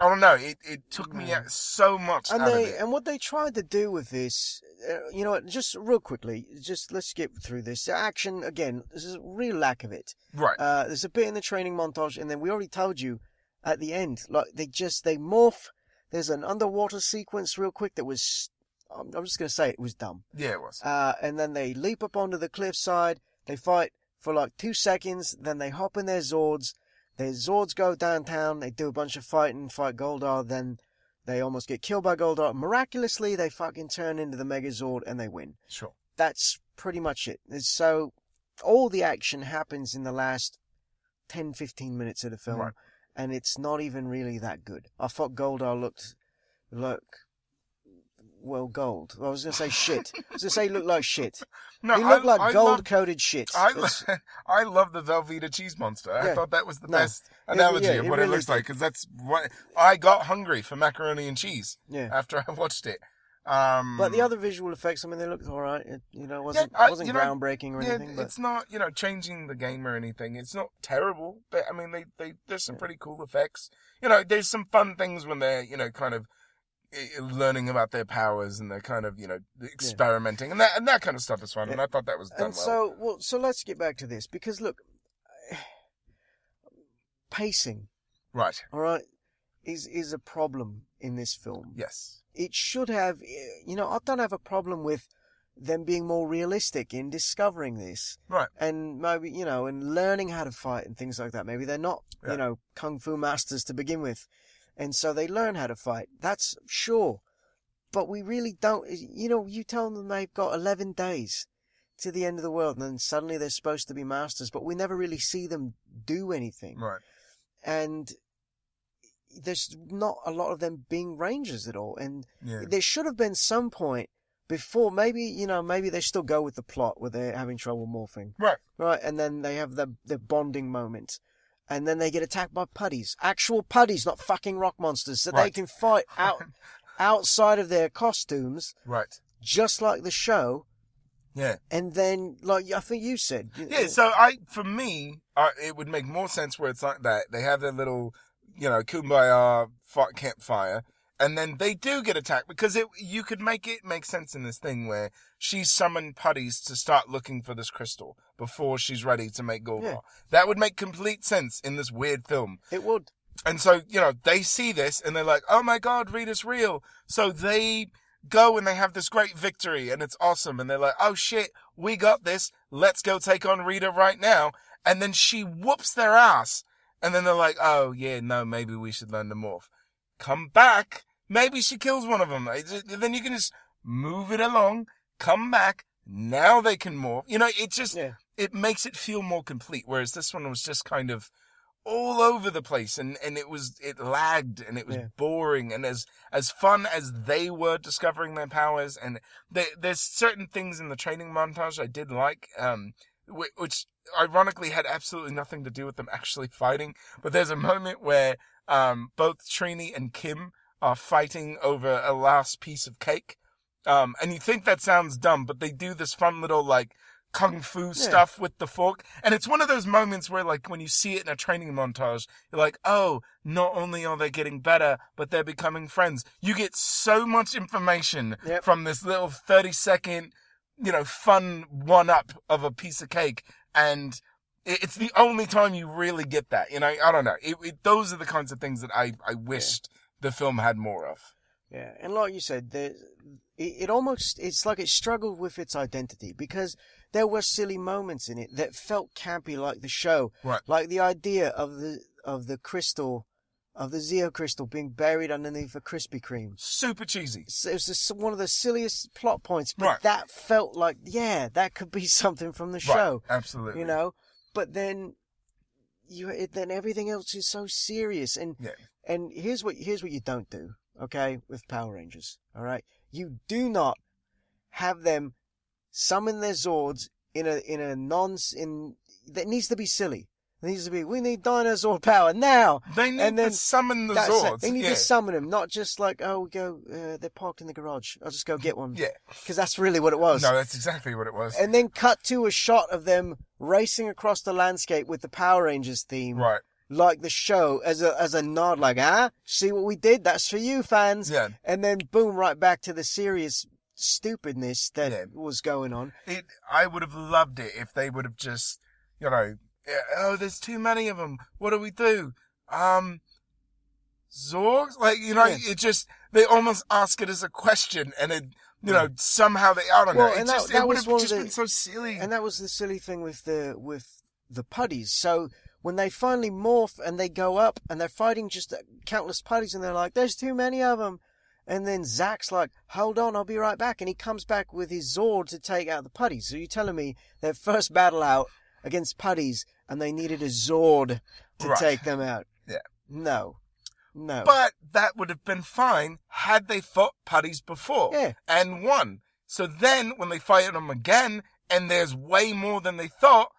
Speaker 1: I don't know. It, it took me
Speaker 2: No.
Speaker 1: out so much
Speaker 2: Hmm. And
Speaker 1: out of
Speaker 2: they
Speaker 1: it.
Speaker 2: and what they tried to do with this, uh, you know, what, just real quickly, just let's skip through this. The action again, this is a real lack of it.
Speaker 1: right.
Speaker 2: Uh, there's a bit in the training montage, and then we already told you at the end, like they just they morph. There's an underwater sequence real quick that was, I'm, I'm just gonna say it was dumb.
Speaker 1: yeah, it was.
Speaker 2: Uh, and then they leap up onto the cliffside. They fight for like two seconds. Then they hop in their Zords. Their Zords go downtown. They do a bunch of fighting, fight Goldar. Then they almost get killed by Goldar. Miraculously, they fucking turn into the Megazord and they win.
Speaker 1: sure.
Speaker 2: That's pretty much it. It's so all the action happens in the last 10, 15 minutes of the film.
Speaker 1: Right.
Speaker 2: And it's not even really that good. I thought Goldar looked, look, well gold. I was going to say shit. I was going to say looked like shit.
Speaker 1: (laughs) No,
Speaker 2: he looked
Speaker 1: I,
Speaker 2: like
Speaker 1: I
Speaker 2: gold
Speaker 1: loved-
Speaker 2: coated shit.
Speaker 1: I,
Speaker 2: That's-
Speaker 1: lo- (laughs) I love the Velveeta cheese monster. I
Speaker 2: Yeah.
Speaker 1: thought that was the
Speaker 2: No.
Speaker 1: best
Speaker 2: Yeah,
Speaker 1: analogy
Speaker 2: yeah,
Speaker 1: of
Speaker 2: it
Speaker 1: what it
Speaker 2: really
Speaker 1: looks
Speaker 2: did.
Speaker 1: like because that's what I got hungry for macaroni and cheese (laughs)
Speaker 2: yeah.
Speaker 1: after I watched it. Um,
Speaker 2: But the other visual effects, I mean, they looked all right. It, you know, it wasn't
Speaker 1: I-
Speaker 2: wasn't
Speaker 1: you know,
Speaker 2: groundbreaking or
Speaker 1: yeah,
Speaker 2: anything. But
Speaker 1: it's not you know changing the game or anything. It's not terrible, but I mean, they, they there's some
Speaker 2: Yeah.
Speaker 1: pretty cool effects. You know, there's some fun things when they're you know kind of eh, learning about their powers and they're kind of you know experimenting and that and that kind of stuff is fun. And
Speaker 2: Yeah.
Speaker 1: I thought that was done
Speaker 2: and
Speaker 1: well.
Speaker 2: so well, so let's get back to this because look, (sighs) pacing,
Speaker 1: right?
Speaker 2: all right, is is a problem in this film.
Speaker 1: Yes.
Speaker 2: it should have you know i don't have a problem with them being more realistic in discovering this
Speaker 1: Right.
Speaker 2: and maybe you know and learning how to fight and things like that maybe they're not
Speaker 1: Yeah.
Speaker 2: you know kung fu masters to begin with and so they learn how to fight that's sure but we really don't you know you tell them they've got 11 days to the end of the world and then suddenly they're supposed to be masters but we never really see them do anything
Speaker 1: Right.
Speaker 2: and there's not a lot of them being rangers at all and
Speaker 1: Yeah.
Speaker 2: there should have been some point before maybe you know maybe they still go with the plot where they're having trouble morphing
Speaker 1: Right.
Speaker 2: right and then they have the the bonding moment and then they get attacked by putties actual putties not fucking rock monsters so they
Speaker 1: Right.
Speaker 2: can
Speaker 1: (laughs)
Speaker 2: fight out outside of their costumes
Speaker 1: Right.
Speaker 2: just like the show
Speaker 1: Yeah.
Speaker 2: and then like i think you said
Speaker 1: Yeah. So I, for me, I, it would make more sense where it's like that. They have their little, you know, kumbaya fi- campfire, and then they do get attacked because it. You could make it make sense in this thing where she summoned putties to start looking for this crystal before she's ready to make Goldar.
Speaker 2: Yeah.
Speaker 1: That would make complete sense in this weird film.
Speaker 2: it would
Speaker 1: And so, you know, they see this and they're like, oh my God, Rita's real. So they go and they have this great victory and it's awesome. And they're like, oh shit, we got this. Let's go take on Rita right now. And then she whoops their ass. And then they're like, oh yeah, no, maybe we should learn to morph. Come back. Maybe she kills one of them. Then you can just move it along, come back. Now they can morph. You know, it just,
Speaker 2: yeah
Speaker 1: it makes it feel more complete. Whereas this one was just kind of all over the place and, and it was, it lagged and it was
Speaker 2: Yeah.
Speaker 1: boring and as, as fun as they were discovering their powers and there, there's certain things in the training montage I did like, um, whi- which ironically had absolutely nothing to do with them actually (laughs) fighting. But there's a moment where, um, both Trini and Kim are fighting over a last piece of cake. Um, and you think that sounds dumb, but they do this fun little like kung fu stuff with the fork. And it's one of those moments where like when you see it in a training montage, you're like, oh, not only are they getting better, but they're becoming friends. You get so much information
Speaker 2: Yep.
Speaker 1: from this little 30 second, you know, fun one up of a piece of cake. And it- it's the only time you really get that. You know, I don't know. It, it, those are the kinds of things that I, I wished the film had more of.
Speaker 2: Yeah, and like you said, the, it, it almost it's like it struggled with its identity because there were silly moments in it that felt campy, like the show,
Speaker 1: Right.
Speaker 2: like the idea of the of the crystal, of the Zeo crystal being buried underneath a Krispy Kreme.
Speaker 1: Super cheesy.
Speaker 2: So it was just one of the silliest plot points, but
Speaker 1: Right.
Speaker 2: that felt like yeah, that could be (laughs) something from the show,
Speaker 1: Right. Absolutely.
Speaker 2: you know. But then you it, then everything else is so serious and
Speaker 1: Yeah.
Speaker 2: and here's what here's what you don't do, okay, with Power Rangers. All right, you do not have them summon their Zords in a in a non in that needs to be silly. It needs to be we need dinosaur power now.
Speaker 1: They need
Speaker 2: And then
Speaker 1: to summon the
Speaker 2: That's
Speaker 1: Zords.
Speaker 2: it. They need
Speaker 1: yeah.
Speaker 2: to summon them, not just like oh we go uh, they're parked in the garage. I'll just go get one.
Speaker 1: Yeah.
Speaker 2: because that's really what it was.
Speaker 1: No, that's exactly what it was.
Speaker 2: And then cut to a shot of them racing across the landscape with the Power Rangers theme
Speaker 1: right.
Speaker 2: like the show as a as a nod, like ah, see what we did? That's for you fans.
Speaker 1: Yeah.
Speaker 2: And then boom, right back to the serious stupidness that
Speaker 1: Yeah.
Speaker 2: was going on.
Speaker 1: It. I would have loved it if they would have just, you know, eh, oh, there's too many of them. What do we do? Um, Zorgs? Like, you know,
Speaker 2: Yeah.
Speaker 1: it just, they almost ask it as a question and it, you know, somehow they, I don't
Speaker 2: Well,
Speaker 1: know. It
Speaker 2: and that-
Speaker 1: just,
Speaker 2: that
Speaker 1: it would
Speaker 2: was
Speaker 1: have
Speaker 2: one of
Speaker 1: just
Speaker 2: the-
Speaker 1: been so silly.
Speaker 2: And that was the silly thing with the with the putties. So when they finally morph and they go up and they're fighting just countless putties and they're like, there's too many of them. And then Zack's like, hold on, I'll be right back. And he comes back with his Zord to take out the putties. So you're telling me their first battle out against putties and they needed a Zord to
Speaker 1: Right.
Speaker 2: take them out?
Speaker 1: Yeah.
Speaker 2: No. No.
Speaker 1: But that would have been fine had they fought putties before (laughs)
Speaker 2: Yeah.
Speaker 1: and won. So then when they fight them again and there's way more than they thought,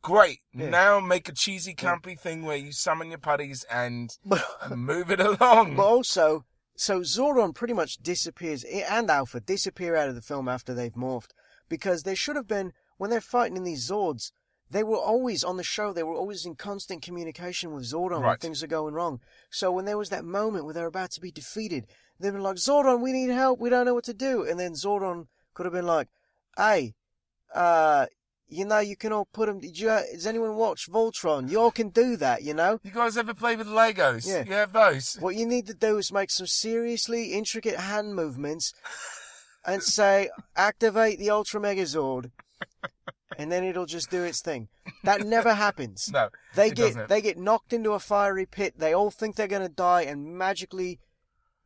Speaker 1: great.
Speaker 2: Yeah.
Speaker 1: Now make a cheesy
Speaker 2: Yeah.
Speaker 1: campy thing where you summon your putties and
Speaker 2: But,
Speaker 1: move it (laughs) along.
Speaker 2: but also, so Zordon pretty much disappears, i- and Alpha disappear out of the film after they've morphed, because there should have been, when they're fighting in these Zords, they were always on the show, they were always in constant communication with Zordon when
Speaker 1: Right.
Speaker 2: things are going wrong. So when there was that moment where they're about to be defeated, they were like, Zordon, we need help, we don't know what to do. And then Zordon could have been like, hey, uh, you know, you can all put them. Did you, uh, does anyone watch Voltron? You all can do that, you know?
Speaker 1: you guys ever play with Legos?
Speaker 2: Yeah.
Speaker 1: You have those. (laughs)
Speaker 2: (laughs) What you need to do is make some seriously intricate hand movements and say, activate the Ultra Megazord. And then it'll just do its thing. That never happens.
Speaker 1: No.
Speaker 2: they
Speaker 1: it
Speaker 2: get
Speaker 1: doesn't.
Speaker 2: they get knocked into a fiery pit. They all think they're going to die, and magically,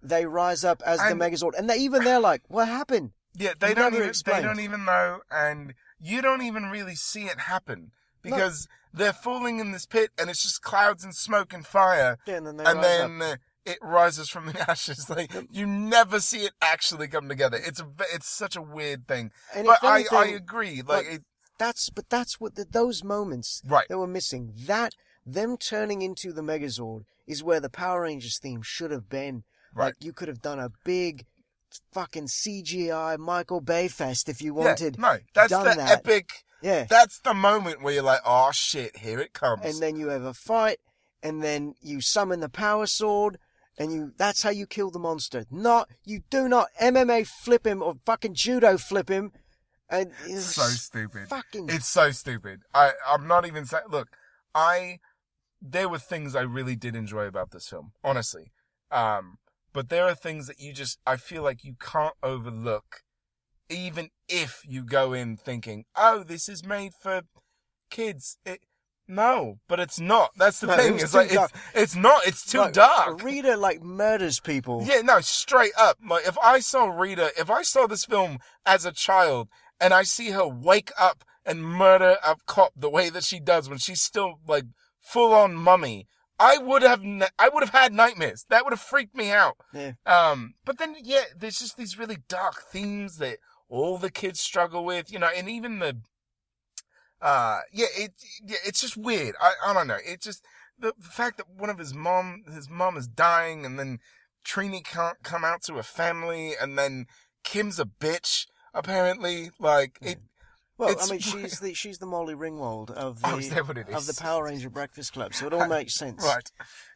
Speaker 2: they rise up as
Speaker 1: And-
Speaker 2: the Megazord. And they, even they're like, "What happened?"
Speaker 1: Yeah, they
Speaker 2: Never
Speaker 1: don't even
Speaker 2: explained.
Speaker 1: they don't even know, and you don't even really see it happen because they're falling in this pit, and it's just clouds and smoke and fire,
Speaker 2: Yeah, and then they
Speaker 1: and
Speaker 2: rise up.
Speaker 1: then uh, it rises from the (laughs) ashes. Like you never see it actually come together. It's a ve- it's such a weird thing.
Speaker 2: And
Speaker 1: but
Speaker 2: if
Speaker 1: I, I
Speaker 2: anything,
Speaker 1: agree. Like
Speaker 2: like-
Speaker 1: it,
Speaker 2: That's but that's what the, those moments
Speaker 1: Right.
Speaker 2: that were missing. That them turning into the Megazord is where the Power Rangers theme should have been.
Speaker 1: Right.
Speaker 2: Like you could have done a big fucking CGI Michael Bay fest if you
Speaker 1: yeah,
Speaker 2: wanted.
Speaker 1: no, that's
Speaker 2: done
Speaker 1: the
Speaker 2: that.
Speaker 1: epic.
Speaker 2: Yeah.
Speaker 1: That's the moment where you're like, oh shit, here it comes.
Speaker 2: And then you have a fight, and then you summon the power sword, and you that's how you kill the monster. Not you do not MMA flip him or fucking judo flip him. And it's
Speaker 1: so stupid.
Speaker 2: Fucking
Speaker 1: It's so stupid. I I'm not even saying. Look, I there were things I really did enjoy about this film, honestly. Um, but there are things that you just I feel like you can't overlook, even if you go in thinking, "Oh, this is made for kids." It, no, but it's not. That's the
Speaker 2: No, it
Speaker 1: thing.
Speaker 2: was
Speaker 1: It's
Speaker 2: too
Speaker 1: like it's, it's not. It's too dark.
Speaker 2: Rita like murders people.
Speaker 1: Yeah, no, straight up. Like if I saw Rita, if I saw this film as a child and I see her wake up and murder a cop the way that she does when she's still like full on mummy, I would have n- I would have had nightmares. That would have freaked me out.
Speaker 2: Yeah.
Speaker 1: Um, but then yeah, there's just these really dark themes that all the kids struggle with, you know, and even the uh yeah, it yeah, it's just weird. I I don't know. It just the, the fact that one of his mom his mom is dying and then Trini can't come out to her family and then Kim's a bitch apparently like it
Speaker 2: Well, I
Speaker 1: It's (laughs)
Speaker 2: mean,
Speaker 1: weird.
Speaker 2: she's the she's the Molly Ringwald of the
Speaker 1: (laughs) Oh, is that what it
Speaker 2: of the
Speaker 1: is?
Speaker 2: Power Ranger Breakfast Club, so it all
Speaker 1: (laughs)
Speaker 2: makes sense.
Speaker 1: right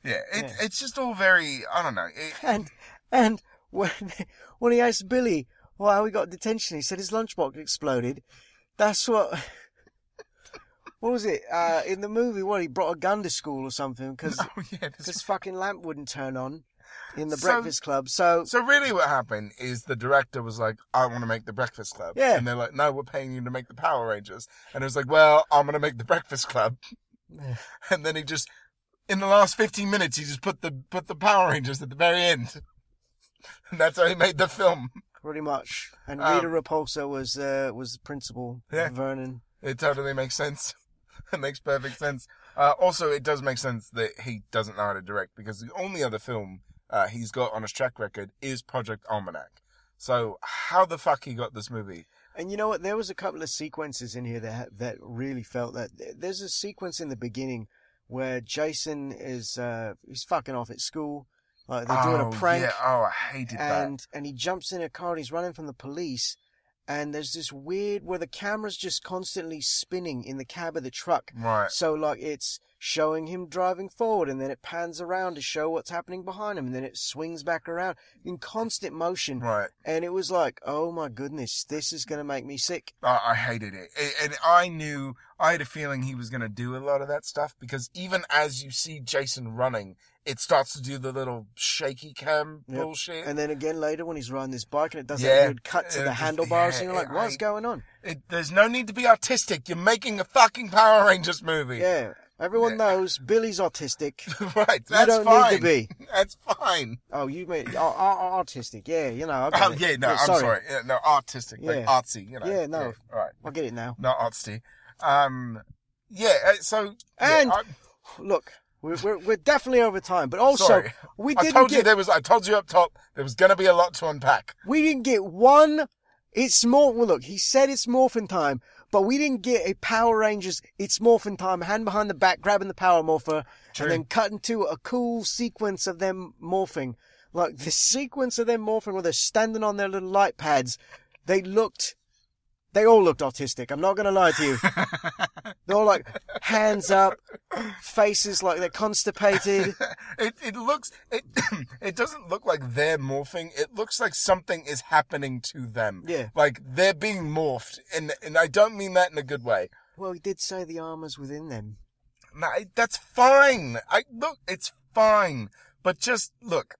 Speaker 1: yeah, it,
Speaker 2: Yeah.
Speaker 1: it's just all very I don't know. It, (laughs)
Speaker 2: And and when (laughs) when he asked Billy why we got detention, he said his lunchbox exploded. That's what. (laughs) What was it uh, in the movie? What he brought a gun to school or
Speaker 1: (laughs)
Speaker 2: something because
Speaker 1: oh yeah, this
Speaker 2: because fucking lamp wouldn't turn on in the
Speaker 1: So-
Speaker 2: Breakfast Club. So
Speaker 1: So really, what happened is the director was like, "I want to make the Breakfast Club,"
Speaker 2: Yeah.
Speaker 1: and they're like, "No, we're paying you to make the Power Rangers," and it was like, "Well, I'm going to make the Breakfast Club,"
Speaker 2: Yeah.
Speaker 1: (laughs) and then he just, in the last 15 minutes, he just put the put the Power Rangers at the very end, (laughs) and that's how he made the film.
Speaker 2: pretty much, and
Speaker 1: Um,
Speaker 2: Rita Repulsa was uh, was the principal
Speaker 1: Yeah.
Speaker 2: Vernon.
Speaker 1: It totally makes sense. (laughs) It makes perfect sense. Uh, also, it does make sense that he doesn't know how to direct because the only other film uh, he's got on his track record is Project Almanac. So how the fuck he got this movie?
Speaker 2: And you know what? There was a couple of sequences in here that ha- that really felt that. There's a sequence in the beginning where Jason is uh, he's fucking off at school, like they're doing a
Speaker 1: Oh,
Speaker 2: prank,
Speaker 1: Yeah. Oh, I hated that.
Speaker 2: and and he jumps in a car and he's running from the police. And there's this weird where the camera's just constantly spinning in the cab of the truck.
Speaker 1: Right.
Speaker 2: So like it's showing him driving forward, and then it pans around to show what's happening behind him, and then it swings back around in constant motion.
Speaker 1: Right.
Speaker 2: And it was like, oh my goodness, this is gonna make me sick.
Speaker 1: I, I hated it. A- And I knew, I had a feeling he was going to do a lot of that stuff because even as you see Jason running, it starts to do the little shaky cam
Speaker 2: Yep.
Speaker 1: bullshit.
Speaker 2: And then again later when he's riding this bike and it does
Speaker 1: Yeah.
Speaker 2: that weird cut to
Speaker 1: Uh,
Speaker 2: the
Speaker 1: just-
Speaker 2: handlebars
Speaker 1: yeah,
Speaker 2: and you're like,
Speaker 1: yeah,
Speaker 2: what's
Speaker 1: I-
Speaker 2: going on?
Speaker 1: It, there's no need to be artistic. You're making a fucking Power Rangers movie.
Speaker 2: Yeah. Everyone
Speaker 1: Yeah.
Speaker 2: knows Billy's autistic.
Speaker 1: (laughs) right. That's
Speaker 2: you don't
Speaker 1: fine.
Speaker 2: need to be.
Speaker 1: (laughs) That's fine.
Speaker 2: Oh, you mean oh, oh, oh, autistic? Yeah, you know. I got
Speaker 1: Oh,
Speaker 2: it.
Speaker 1: yeah, no, I'm sorry. Yeah, no, artistic, like
Speaker 2: Yeah.
Speaker 1: artsy, you know.
Speaker 2: Yeah, no.
Speaker 1: right.
Speaker 2: I get it now.
Speaker 1: Not artsy. Um, yeah, uh, so. yeah,
Speaker 2: And-
Speaker 1: I-
Speaker 2: Look, We're, we're, we're definitely over time, but also
Speaker 1: Sorry.
Speaker 2: we
Speaker 1: I
Speaker 2: didn't
Speaker 1: told you
Speaker 2: get
Speaker 1: there was. I told you up top there was going to be a lot to unpack. (laughs)
Speaker 2: we didn't get one. It's more. Well, look, he said it's morphin time, but we didn't get a Power Rangers. It's morphin time. Hand behind the back, grabbing the power morpher,
Speaker 1: True.
Speaker 2: and then cut into a cool sequence of them morphing. Like the sequence of them morphing, where they're standing on their little light pads. They looked. They all looked autistic. I'm not going to lie to you. They're all like hands up, faces like they're constipated.
Speaker 1: It it looks it (clears throat) it doesn't look like they're morphing. It looks like something is happening to them.
Speaker 2: Yeah.
Speaker 1: Like they're being morphed, and and I don't mean that in a good way.
Speaker 2: Well, he did say the armor's within them.
Speaker 1: No, I- that's fine. I look, it's fine. But just look,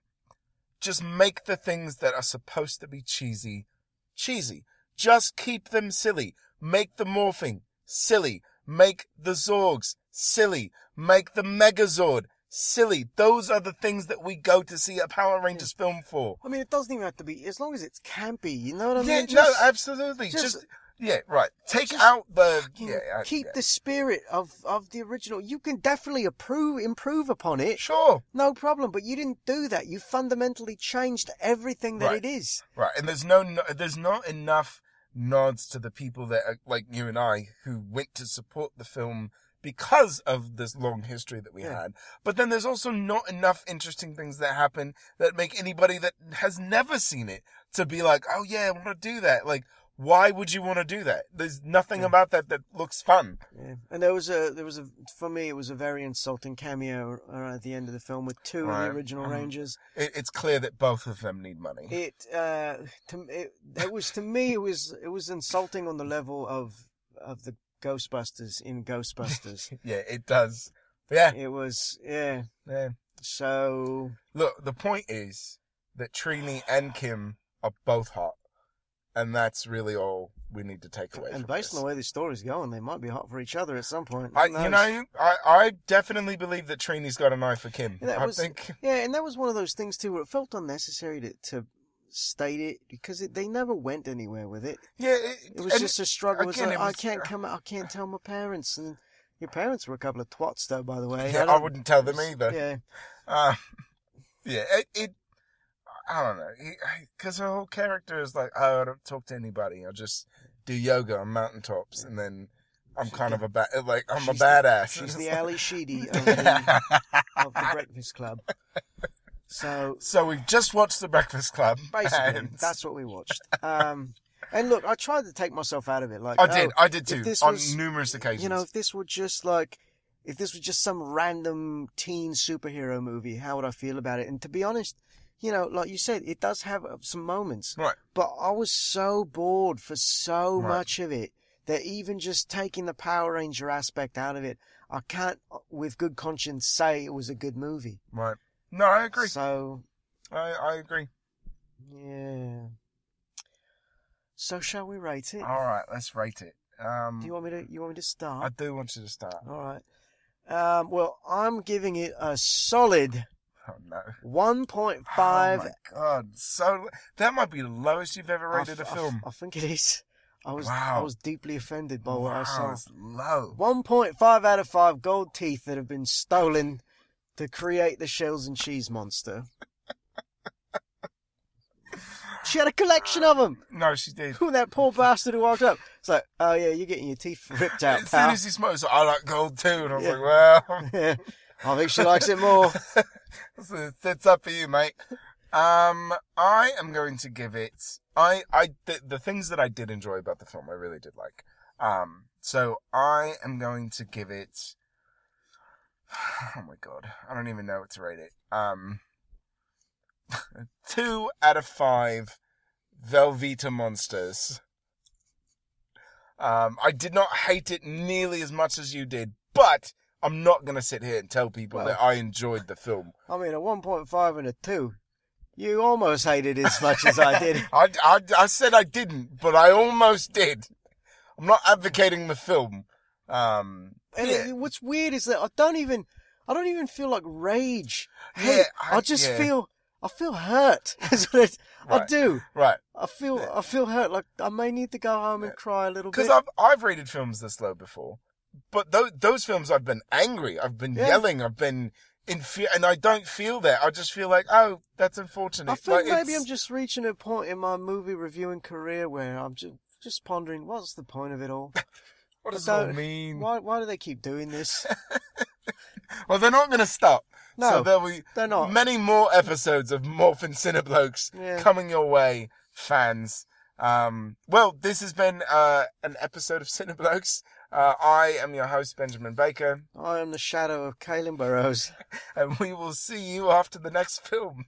Speaker 1: just make the things that are supposed to be cheesy, cheesy. Just keep them silly. Make the morphing silly. Make the Zorgs silly. Make the Megazord silly. Those are the things that we go to see a Power Rangers film for.
Speaker 2: I mean, it doesn't even have to be as long as it's campy. You know what I mean?
Speaker 1: yeah,
Speaker 2: Just
Speaker 1: no, absolutely. Just,
Speaker 2: just-
Speaker 1: yeah, right. Take
Speaker 2: just
Speaker 1: out the
Speaker 2: fucking
Speaker 1: yeah, I-
Speaker 2: keep
Speaker 1: yeah.
Speaker 2: the spirit of of the original. You can definitely approve, improve upon it,
Speaker 1: sure.
Speaker 2: no problem. But you didn't do that. You fundamentally changed everything that
Speaker 1: Right.
Speaker 2: it is.
Speaker 1: Right, and there's no, no there's not enough nods to the people that are, like you and I who went to support the film because of this long history that we
Speaker 2: Yeah.
Speaker 1: had. But then there's also not enough interesting things that happen that make anybody that has never seen it to be like, "Oh yeah, I want to do that." Like, why would you want to do that? There's nothing
Speaker 2: Yeah.
Speaker 1: about that that looks fun.
Speaker 2: Yeah. And there was a there was a for me it was a very insulting cameo uh, at the end of the film with two
Speaker 1: Right.
Speaker 2: of the original
Speaker 1: Mhm.
Speaker 2: Rangers.
Speaker 1: It, it's clear that both of them need money.
Speaker 2: It uh to it, it was to me it was it was insulting on the level of of the Ghostbusters in Ghostbusters.
Speaker 1: yeah, it does. (laughs) Yeah,
Speaker 2: it was yeah.
Speaker 1: yeah.
Speaker 2: So
Speaker 1: Look, the point is that Trini and Kim are both hot, and that's really all we need to take away.
Speaker 2: And
Speaker 1: from
Speaker 2: based on
Speaker 1: this.
Speaker 2: the way this story's going, they might be hot for each other at some point.
Speaker 1: I,
Speaker 2: Who knows?
Speaker 1: you know, I, I definitely believe that Trini's got an eye for Kim.
Speaker 2: That
Speaker 1: I
Speaker 2: was-
Speaker 1: think
Speaker 2: yeah, and that was one of those things too where it felt unnecessary to, to state it because it, they never went anywhere with it.
Speaker 1: yeah, it,
Speaker 2: It was
Speaker 1: and-
Speaker 2: just a struggle. It's
Speaker 1: again,
Speaker 2: like,
Speaker 1: it was- uh,
Speaker 2: I can't come. out- I can't tell my parents. And your parents were a couple of twats, though. By the way,
Speaker 1: (laughs) yeah, I,
Speaker 2: don't-
Speaker 1: wouldn't tell them either.
Speaker 2: Yeah,
Speaker 1: Uh, (laughs) yeah, it, it. I don't know, because her whole character is like, oh, I don't talk to anybody. I just do yoga on mountaintops, and then I'm
Speaker 2: She's
Speaker 1: kind
Speaker 2: the-
Speaker 1: of a ba- like I'm a
Speaker 2: she's the-
Speaker 1: badass.
Speaker 2: she's
Speaker 1: It's
Speaker 2: the
Speaker 1: (laughs) like-
Speaker 2: Ali Sheedy of the,
Speaker 1: (laughs)
Speaker 2: of the Breakfast Club. So
Speaker 1: So we've just watched The Breakfast Club.
Speaker 2: basically,
Speaker 1: and-
Speaker 2: that's what we watched. Um, and look, I tried to take myself out of it. Like
Speaker 1: I
Speaker 2: oh,
Speaker 1: did. I did too.
Speaker 2: this
Speaker 1: On
Speaker 2: was-
Speaker 1: numerous occasions.
Speaker 2: You know, if this were just like, if this was just some random teen superhero movie, how would I feel about it? And to be honest, you know, like you said, it does have uh, some moments,
Speaker 1: right.
Speaker 2: but I was so bored for so
Speaker 1: Right.
Speaker 2: much of it that even just taking the Power Ranger aspect out of it, I can't, uh, with good conscience, say it was a good movie.
Speaker 1: Right. No, I agree.
Speaker 2: So,
Speaker 1: I, I agree.
Speaker 2: yeah. So shall we rate it?
Speaker 1: All right. Let's rate it. Um,
Speaker 2: Do you want me to? You want me to start?
Speaker 1: I do want you to start.
Speaker 2: All right. Um, well, I'm giving it a solid
Speaker 1: Oh no.
Speaker 2: 1.5.
Speaker 1: Oh my god. So that might be the lowest you've ever
Speaker 2: I
Speaker 1: rated
Speaker 2: th-
Speaker 1: a film.
Speaker 2: I, think it is. I was I
Speaker 1: Wow.
Speaker 2: was deeply offended by what
Speaker 1: wow,
Speaker 2: I saw.
Speaker 1: that's low.
Speaker 2: 1.5 out of 5 gold teeth that have been stolen to create the shells and cheese monster. she had a collection of them.
Speaker 1: No, she did. (laughs)
Speaker 2: that poor bastard who walked up. It's like, oh yeah, you're getting your teeth ripped out,
Speaker 1: As soon
Speaker 2: pal.
Speaker 1: as he smokes, I like gold too, and I was
Speaker 2: Yeah.
Speaker 1: like, well,
Speaker 2: (laughs) I think she likes
Speaker 1: (laughs)
Speaker 2: it more.
Speaker 1: So That's up for you, mate. Um, I am going to give it. I, I, the, the things that I did enjoy about the film, I really did like. Um, so I am going to give it. (sighs) Oh my god, I don't even know what to rate it. Um, (laughs) two out of five Velveeta monsters. Um, I did not hate it nearly as much as you did, but I'm not going to sit here and tell people
Speaker 2: Well-
Speaker 1: that I enjoyed the film.
Speaker 2: I mean, a 1.5 and a 2. You almost hated it as much as
Speaker 1: (laughs)
Speaker 2: I did.
Speaker 1: I, I, I said I didn't, but I almost did. I'm not advocating the film. Um,
Speaker 2: And
Speaker 1: yeah,
Speaker 2: it- what's weird is that I don't even, I don't even feel like rage.
Speaker 1: Yeah,
Speaker 2: Hate.
Speaker 1: I-
Speaker 2: I, just
Speaker 1: yeah.
Speaker 2: feel, I feel hurt. (laughs) That's what it, I
Speaker 1: Right.
Speaker 2: do.
Speaker 1: right.
Speaker 2: I feel, I feel hurt. Like I may need to go home and cry a little
Speaker 1: Because
Speaker 2: bit.
Speaker 1: I've, I've rated films this low before. but those those films, I've been angry, I've been
Speaker 2: Yeah.
Speaker 1: yelling, I've been in fear, and I don't feel that. I just feel like, oh, that's unfortunate.
Speaker 2: I think
Speaker 1: Like,
Speaker 2: maybe
Speaker 1: it's-
Speaker 2: I'm just reaching a point in my movie reviewing career where I'm just just pondering what's the point of
Speaker 1: (laughs)
Speaker 2: it all?
Speaker 1: What does it
Speaker 2: I
Speaker 1: all
Speaker 2: don't-
Speaker 1: mean?
Speaker 2: Why why do they keep doing this?
Speaker 1: Well, they're not going to stop.
Speaker 2: No,
Speaker 1: so there'll be
Speaker 2: they're
Speaker 1: (laughs)
Speaker 2: not.
Speaker 1: many more episodes of Morphin Cineblokes
Speaker 2: Oh. Yeah.
Speaker 1: coming your way, fans. Um, well, this has been uh, an episode of Cineblokes. Uh, I am your host, Benjamin Baker,
Speaker 2: I am the shadow of Kalen Burrows.
Speaker 1: and we will see you after the next film.